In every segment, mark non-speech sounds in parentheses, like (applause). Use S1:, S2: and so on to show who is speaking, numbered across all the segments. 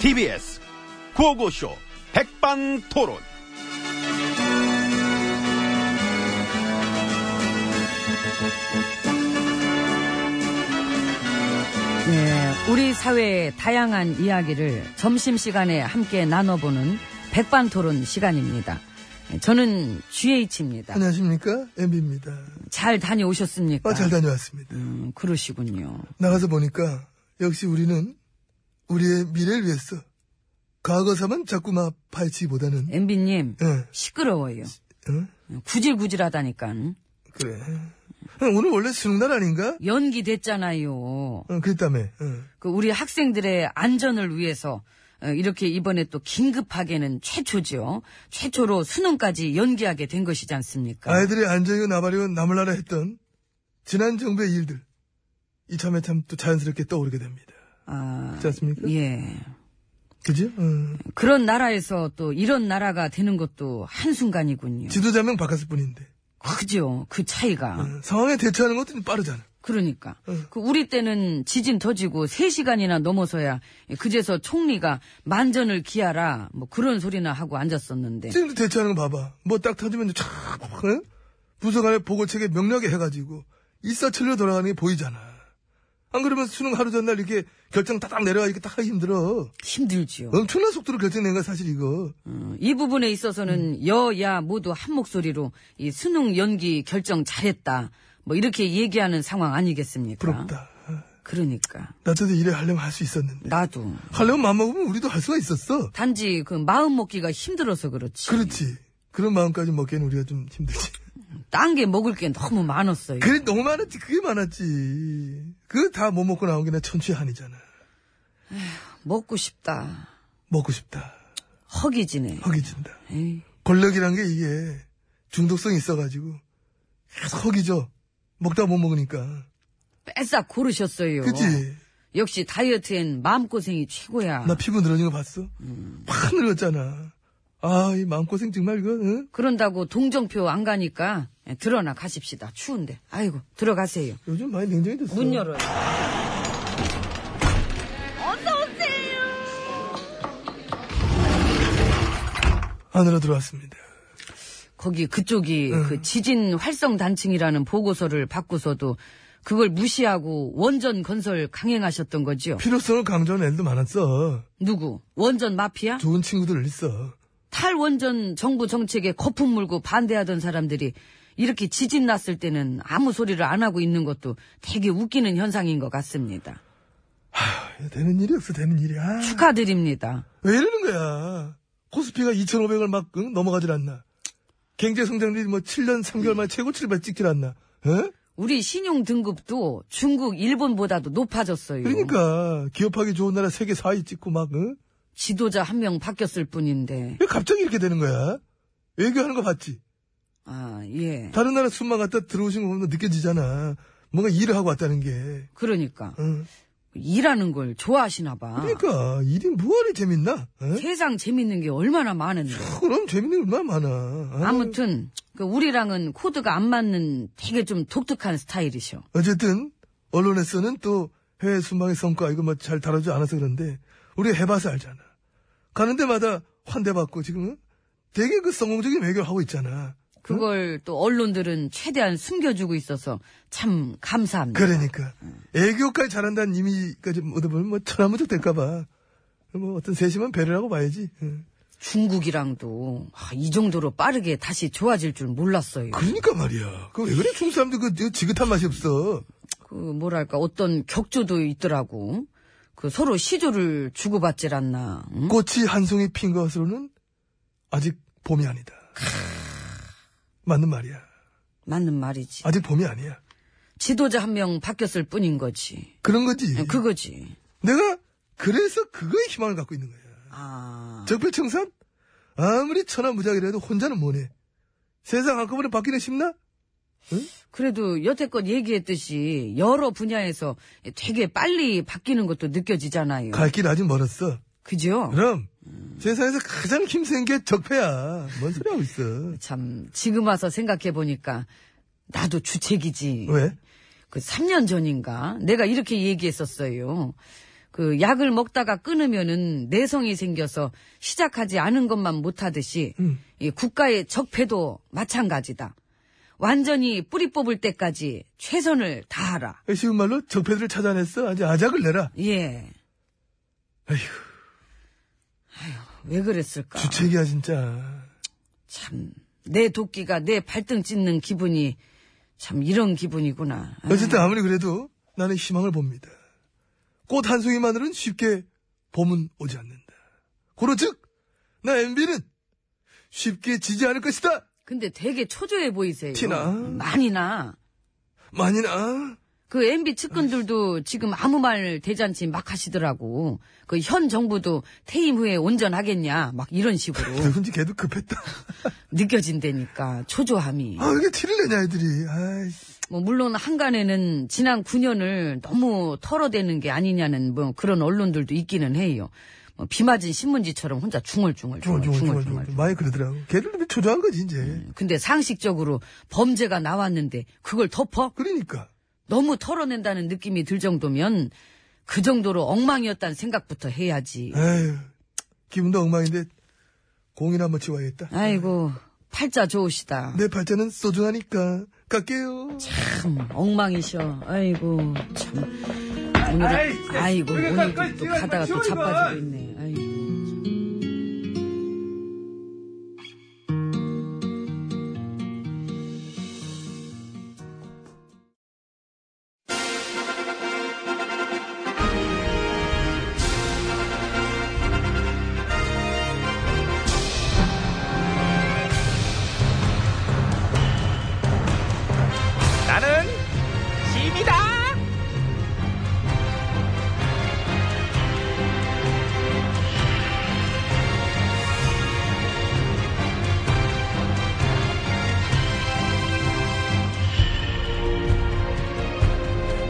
S1: TBS 구호고쇼 백반토론.
S2: 네, 우리 사회의 다양한 이야기를 점심시간에 함께 나눠보는 백반토론 시간입니다. 예, 저는 GH입니다.
S3: 네. 안녕하십니까? MB입니다.
S2: 잘 다녀오셨습니까?
S3: 아, 잘 다녀왔습니다.
S2: 음, 그러시군요.
S3: 나가서 보니까 역시 우리는 우리의 미래를 위해서 과거사만 자꾸 막 파헤치기보다는
S2: MB님,
S3: 예,
S2: 시끄러워요.
S3: 응?
S2: 구질구질하다니까.
S3: 그래. 어, 오늘 원래 수능 날 아닌가?
S2: 연기됐잖아요.
S3: 어, 그랬다며. 어.
S2: 그 우리 학생들의 안전을 위해서 어, 이렇게 이번에 또 긴급하게는 최초죠. 최초로 수능까지 연기하게 된 것이지 않습니까?
S3: 아이들의 안정이고 나발이고 남을 나라 했던 지난 정부의 일들 이참에 참 또 자연스럽게 떠오르게 됩니다.
S2: 아,
S3: 그렇지 않습니까?
S2: 예.
S3: 그지? 어,
S2: 그런 나라에서 또 이런 나라가 되는 것도 한순간이군요.
S3: 지도자명 바꿨을 뿐인데
S2: 그죠. 그 차이가.
S3: 어, 상황에 대처하는 것도 좀 빠르잖아.
S2: 그러니까.
S3: 네.
S2: 그 우리 때는 지진 터지고 3시간이나 넘어서야 그제서 총리가 만전을 기하라 뭐 그런 소리나 하고 앉았었는데.
S3: 지금도 대처하는 거 봐봐. 뭐 딱 터지면 이제 촥 어? 부서 간의 보고책에 명료하게 해가지고 일사천리로 돌아가는 게 보이잖아. 안 그러면 수능 하루 전날 이렇게 결정 딱딱 내려가 이렇게 딱 하기 힘들어.
S2: 힘들지요.
S3: 엄청난 속도로 결정된 거야 사실 이거.
S2: 어, 이 부분에 있어서는
S3: 음.
S2: 여야 모두 한 목소리로 이 수능 연기 결정 잘했다. 뭐 이렇게 얘기하는 상황 아니겠습니까?
S3: 부럽다.
S2: 그러니까.
S3: 나도 이래 하려면 할 수 있었는데.
S2: 나도.
S3: 하려면 마음먹으면 우리도 할 수가 있었어.
S2: 단지 그 마음 먹기가 힘들어서 그렇지.
S3: 그렇지. 그런 마음까지 먹기에는 우리가 좀 힘들지.
S2: 음. 딴 게 먹을 게 너무 많았어요.
S3: 그래 너무 많았지. 그게 많았지. 그거 다 못 먹고 나온 게 내 천추의 한이잖아.
S2: 먹고 싶다.
S3: 먹고 싶다.
S2: 허기지네.
S3: 허기진다.
S2: 에이,
S3: 권력이란 게 이게 중독성이 있어가지고 계속 허기져. 먹다 못 먹으니까.
S2: 빼싹 고르셨어요.
S3: 그치?
S2: 역시 다이어트엔 마음고생이 최고야.
S3: 나 피부 늘어진 거 봤어?
S2: 음.
S3: 확 늘었잖아. 아, 이 마음고생 정말 이거, 응?
S2: 그런다고 동정표 안 가니까 예, 들어나 가십시다. 추운데. 아이고 들어가세요.
S3: 요즘 많이 냉정해졌어.
S2: 문 열어요.
S3: 안으로 들어왔습니다.
S2: 거기 그쪽이 그 지진 활성 단층이라는 보고서를 받고서도 그걸 무시하고 원전 건설 강행하셨던 거지요.
S3: 필요성을 강조하는 애들도 많았어.
S2: 누구? 원전 마피아?
S3: 좋은 친구들 있어.
S2: 탈원전 정부 정책에 거품 물고 반대하던 사람들이 이렇게 지진 났을 때는 아무 소리를 안 하고 있는 것도 되게 웃기는 현상인 것 같습니다.
S3: 아, 되는 일이 없어, 되는 일이야. 아,
S2: 축하드립니다.
S3: 왜 이러는 거야? 코스피가 2,500을 막 응? 넘어가질 않나? 경제 성장률이 뭐 7년 3개월 만에 최고치를 막 찍질 않나? 응?
S2: 우리 신용 등급도 중국, 일본보다도 높아졌어요.
S3: 그러니까 기업하기 좋은 나라 세계 4위 찍고 막 응?
S2: 지도자 한 명 바뀌었을 뿐인데.
S3: 왜 갑자기 이렇게 되는 거야? 외교하는 거 봤지?
S2: 아, 예.
S3: 다른 나라 순만 갔다 들어오신 거 보면 느껴지잖아. 뭔가 일을 하고 왔다는 게.
S2: 그러니까
S3: 응.
S2: 일하는 걸 좋아하시나 봐.
S3: 그러니까 일이 뭐하니 재밌나? 응?
S2: 세상 재밌는 게 얼마나 많은데.
S3: 그럼 재밌는 게 얼마나 많아. 아유.
S2: 아무튼 그 우리랑은 코드가 안 맞는 되게 좀 독특한 스타일이셔.
S3: 어쨌든 언론에서는 또 해외 순방의 성과 이거 뭐 잘 다루지 않아서 그런데 우리 해봐서 알잖아. 가는 데마다 환대받고 지금은 되게 그 성공적인 외교를 하고 있잖아.
S2: 그걸 또 언론들은 최대한 숨겨주고 있어서 참 감사합니다.
S3: 그러니까 애교까지 잘한다는 이미까지 얻어보면 뭐 천하무적 될까봐 뭐 어떤 세심한 배려라고 봐야지. 예. 응.
S2: 중국이랑도 아, 이 정도로 빠르게 다시 좋아질 줄 몰랐어요. 그,
S3: 그러니까 말이야. 음. 그 왜 그래 중국 사람들 그 지긋한 맛이 없어.
S2: 그 뭐랄까 어떤 격조도 있더라고. 그 서로 시조를 주고받질 않나. 응?
S3: 꽃이 한 송이 핀 것으로는 아직 봄이 아니다. 맞는 말이야.
S2: 맞는 말이지.
S3: 아직 봄이 아니야.
S2: 지도자 한 명 바뀌었을 뿐인 거지.
S3: 음, 그런 거지.
S2: 그거지.
S3: 내가 그래서 그거에 희망을 갖고 있는 거야.
S2: 아,
S3: 적폐청산? 아무리 천하무적이라도 혼자는 못해. 세상 한꺼번에 바뀌는 쉽나?
S2: 그래도 여태껏 얘기했듯이 여러 분야에서 되게 빨리 바뀌는 것도 느껴지잖아요.
S3: 갈 길 아직 멀었어.
S2: 그죠?
S3: 그럼 세상에서 가장 힘센 게 적폐야. 뭔 소리 하고 있어.
S2: 참 지금 와서 생각해 보니까 나도 주책이지.
S3: 왜?
S2: 그 3년 전인가 내가 이렇게 얘기했었어요. 그 약을 먹다가 끊으면은 내성이 생겨서 시작하지 않은 것만 못하듯이
S3: 음.
S2: 이 국가의 적폐도 마찬가지다. 완전히 뿌리 뽑을 때까지 최선을 다하라.
S3: 쉬운 말로 적폐들을 찾아냈어. 아주 아작을 내라.
S2: 예.
S3: 에휴,
S2: 왜 그랬을까?
S3: 주책이야, 진짜.
S2: 참, 내 도끼가 내 발등 찢는 기분이 참 이런 기분이구나. 아,
S3: 어쨌든 아무리 그래도 나는 희망을 봅니다. 꽃 한 송이만으로는 쉽게 봄은 오지 않는다. 고로 즉, 나 MB는 쉽게 지지 않을 것이다!
S2: 근데 되게 초조해 보이세요.
S3: 티나?
S2: 많이 나.
S3: 많이나.
S2: 그 MB 측근들도 지금 아무 말 대잔치 막 하시더라고. 그 현 정부도 퇴임 후에 온전하겠냐. 막 이런 식으로
S3: (laughs) 누군지 걔도 급했다.
S2: 느껴진다니까. 초조함이.
S3: 아, 이게 티를 내냐, 애들이. 아이씨.
S2: 뭐 물론 한간에는 지난 9년을 너무 털어대는 게 아니냐는 뭐 그런 언론들도 있기는 해요. 뭐비 맞은 신문지처럼 혼자 중얼중얼
S3: 중얼, 중얼, 중얼, 중얼.
S2: 중얼.
S3: 많이 그러더라고. 걔들 근데 초조한 거지, 이제.
S2: 근데 상식적으로 범죄가 나왔는데 그걸 덮어
S3: 그러니까.
S2: 너무 털어낸다는 느낌이 들 정도면 그 정도로 엉망이었다는 생각부터 해야지.
S3: 에휴, 기분도 엉망인데, 공이나 한번 치워야겠다.
S2: 아이고 팔자 좋으시다.
S3: 내 발자는 소중하니까, 갈게요.
S2: 참 엉망이셔. 아이고 참
S3: 아이,
S2: 오늘
S3: 진짜.
S2: 아이고
S3: 우리가
S2: 오늘
S3: 빨리
S2: 또
S3: 빨리
S2: 가다가 또
S3: 치워, 이거.
S2: 자빠지고 있네. 아이고.
S1: 나는 짐이다.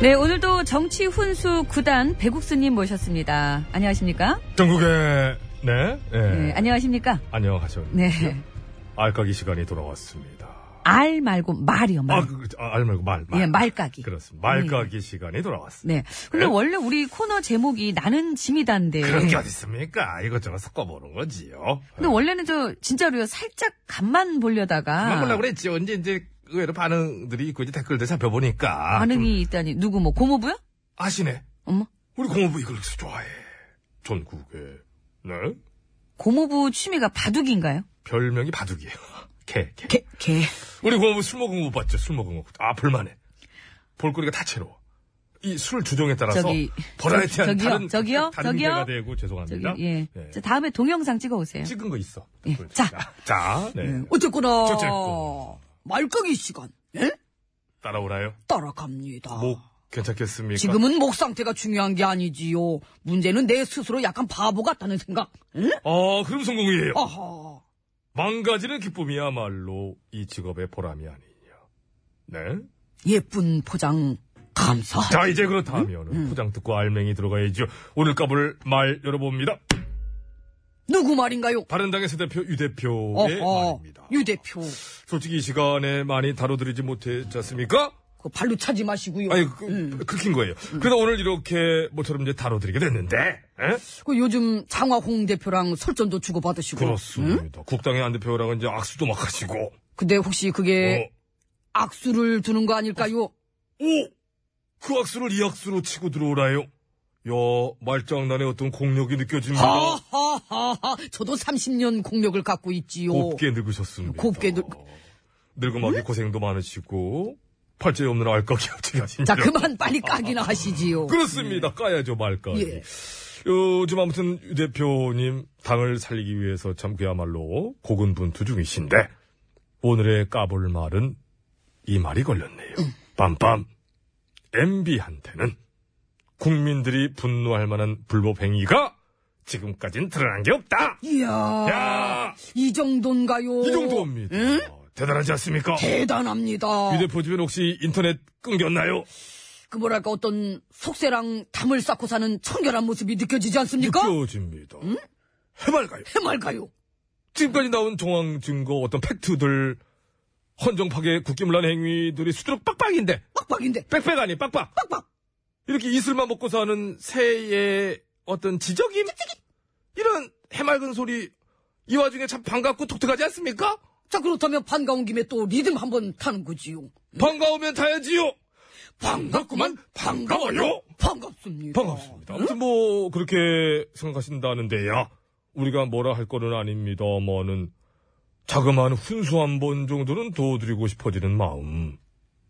S2: 네, 오늘도 정치 훈수 구단 배국수님 모셨습니다. 안녕하십니까?
S4: 전국에 네, 네.
S2: 네, 안녕하십니까?
S4: 안녕하세요.
S2: 네.
S4: 알까기 시간이 돌아왔습니다.
S2: 알 말고 말이요, 말.
S4: 아, 그, 그, 아, 알 말고 말, 말.
S2: 예, 말까기.
S4: 그렇습니다. 말까기 시간이 돌아왔습니다.
S2: 네. 근데
S4: 네. 그렇죠.
S2: 원래 우리 코너 제목이 나는 짐이다인데.
S4: 그런 게 어딨습니까? 이것저것 섞어보는 거지요.
S2: 근데 원래는 저 진짜로요 살짝 간만 보려다가
S4: 그만 보려고 그랬지. 언제 이제 의외로 반응들이 있고 이제 댓글들 살펴보니까
S2: 반응이
S4: 아, 좀
S2: 있다니 누구 뭐 고모부요?
S4: 아시네.
S2: 어머
S4: 우리 공업부 이걸 그렇게 좋아해. 전국에 네
S2: 고모부 취미가 바둑인가요?
S4: 별명이 바둑이에요. (laughs) 개, 개.
S2: 개 개.
S4: 우리 공업부 술 먹은 거 못 봤죠? 술 먹은 거. 아 볼만해. 볼거리가 다채로워. 이 술 주종에 따라서
S2: 저기-
S4: 버라이티한
S2: 저기요,
S4: 다른 그,
S2: 저기요,
S4: 다른
S2: 저기요.
S4: 가 되고
S2: 저기
S4: 죄송합니다.
S2: 예.
S4: 네.
S2: 저 다음에 동영상 찍어 오세요.
S4: 찍은 거 있어.
S2: 예, 음.
S4: 보여드릴게요.
S2: 자.
S4: 자, 네.
S2: 어쨌거나
S4: 어쨌건.
S2: 말까기 시간 예?
S4: 따라오나요?
S2: 따라갑니다.
S4: 목 괜찮겠습니까?
S2: 아. 지금은 목 상태가 중요한 게 아니지요. 문제는 내 스스로 약간 바보 같다는 생각. 응?
S4: 아, 그럼 성공이에요.
S2: 어. 아하.
S4: 망가지는 기쁨이야말로 이 직업의 보람이 아니냐. 네.
S2: 예쁜 포장 감사.
S4: 자, 이제 그렇다면
S2: 음.
S4: 포장 듣고 알맹이 들어가야죠. 오늘 까불 말 열어봅니다.
S2: 누구 말인가요?
S4: 바른당에서 대표 유 대표의
S2: 어,
S4: 말입니다.
S2: 유 대표.
S4: 솔직히 이 시간에 많이 다뤄드리지 못했지 않습니까?
S2: 그 발로 차지 마시고요.
S4: 아니, 그,
S2: 음.
S4: 긁힌 거예요. 그래서 오늘 이렇게 모처럼 이제 다뤄드리게 됐는데, 예?
S2: 그 요즘 장화홍 대표랑 설전도 주고받으시고.
S4: 그렇습니다.
S2: 음?
S4: 국당의 안 대표라고 이제 악수도 막 하시고,
S2: 근데 혹시 그게 악수를 두는 거 아닐까요?
S4: 어, 오! 그 악수를 이 악수로 치고 들어오라요. 야, 말장난에 어떤 공력이 느껴집니다.
S2: 하하하하. 저도 30년 공력을 갖고 있지요.
S4: 곱게 늙으셨습니다.
S2: 곱게 늙-
S4: 늙음하기 고생도 많으시고, 팔자에 없는 알까기 어떻게 하시냐.
S2: 자, 그만 빨리 까기나 하시지요.
S4: 음. 그렇습니다. 까야죠, 말까지.
S2: 예.
S4: 요즘 아무튼 유 대표님 당을 살리기 위해서 참 그야말로 고군분투 중이신데 오늘의 까볼 말은 이 말이 걸렸네요.
S2: 예.
S4: 빰빰. MB한테는 국민들이 분노할 만한 불법 행위가 지금까진 드러난 게 없다.
S2: 이야.
S4: 야,
S2: 이 정도인가요?
S4: 이 정도입니다. 대단하지 않습니까?
S2: 대단합니다.
S4: 유 대표 집엔 혹시 인터넷 끊겼나요?
S2: 그 뭐랄까 어떤 속세랑 담을 쌓고 사는 청결한 모습이 느껴지지 않습니까?
S4: 느껴집니다. 해맑아요.
S2: 해맑아요.
S4: 지금까지 나온 정황 증거 어떤 팩트들 헌정파괴 국기문란 행위들이 수두룩 빡빡인데
S2: 빡빡인데
S4: 빽빽하니 빡빡
S2: 빡빡.
S4: 이렇게 이슬만 먹고 사는 새의 어떤 지적임? 이런 해맑은 소리, 이 와중에 참 반갑고 독특하지 않습니까?
S2: 자, 그렇다면 반가운 김에 또 리듬 한번 타는 거지요.
S4: 반가우면 타야지요!
S2: 반갑구만,
S4: 반가워요!
S2: 반갑습니다.
S4: 반갑습니다. 아무튼 뭐, 그렇게 생각하신다는데요. 우리가 뭐라 할 거는 아닙니다만은, 자그마한 훈수 한 번 정도는 도와드리고 싶어지는 마음.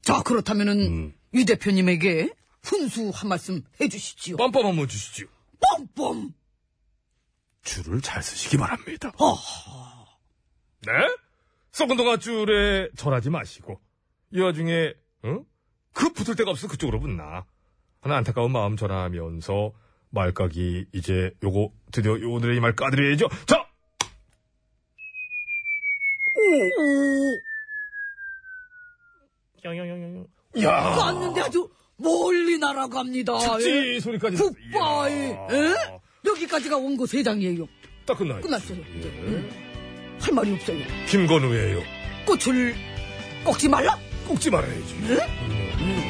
S2: 자, 그렇다면은 이 대표님에게 훈수 한 말씀 해주시지요.
S4: 빰빰 한번 주시죠.
S2: 뻔뻔.
S4: 줄을 잘 쓰시기 바랍니다.
S2: 아,
S4: 네? 썩은 동아 줄에 절하지 마시고 이 와중에 응? 그 붙을 데가 없어 그쪽으로 붙나 하나 안타까운 마음 전하면서 말까기 이제 요거 드디어 요 오늘의 이 말 까드려야죠 자! 오! 야!
S2: 갔는데 아주 멀리 날아갑니다.
S4: 특지
S2: 예.
S4: 소리까지
S2: 굿바이.
S4: 이야.
S2: 예? 여기까지가 원고 세 장이에요.
S4: 딱 끝나요
S2: 끝났어요.
S4: 예.
S2: 할 말이 없어요.
S4: 김건우예요
S2: 꽃을 꺾지 말라?
S4: 꺾지 말아야지
S2: 예? 음.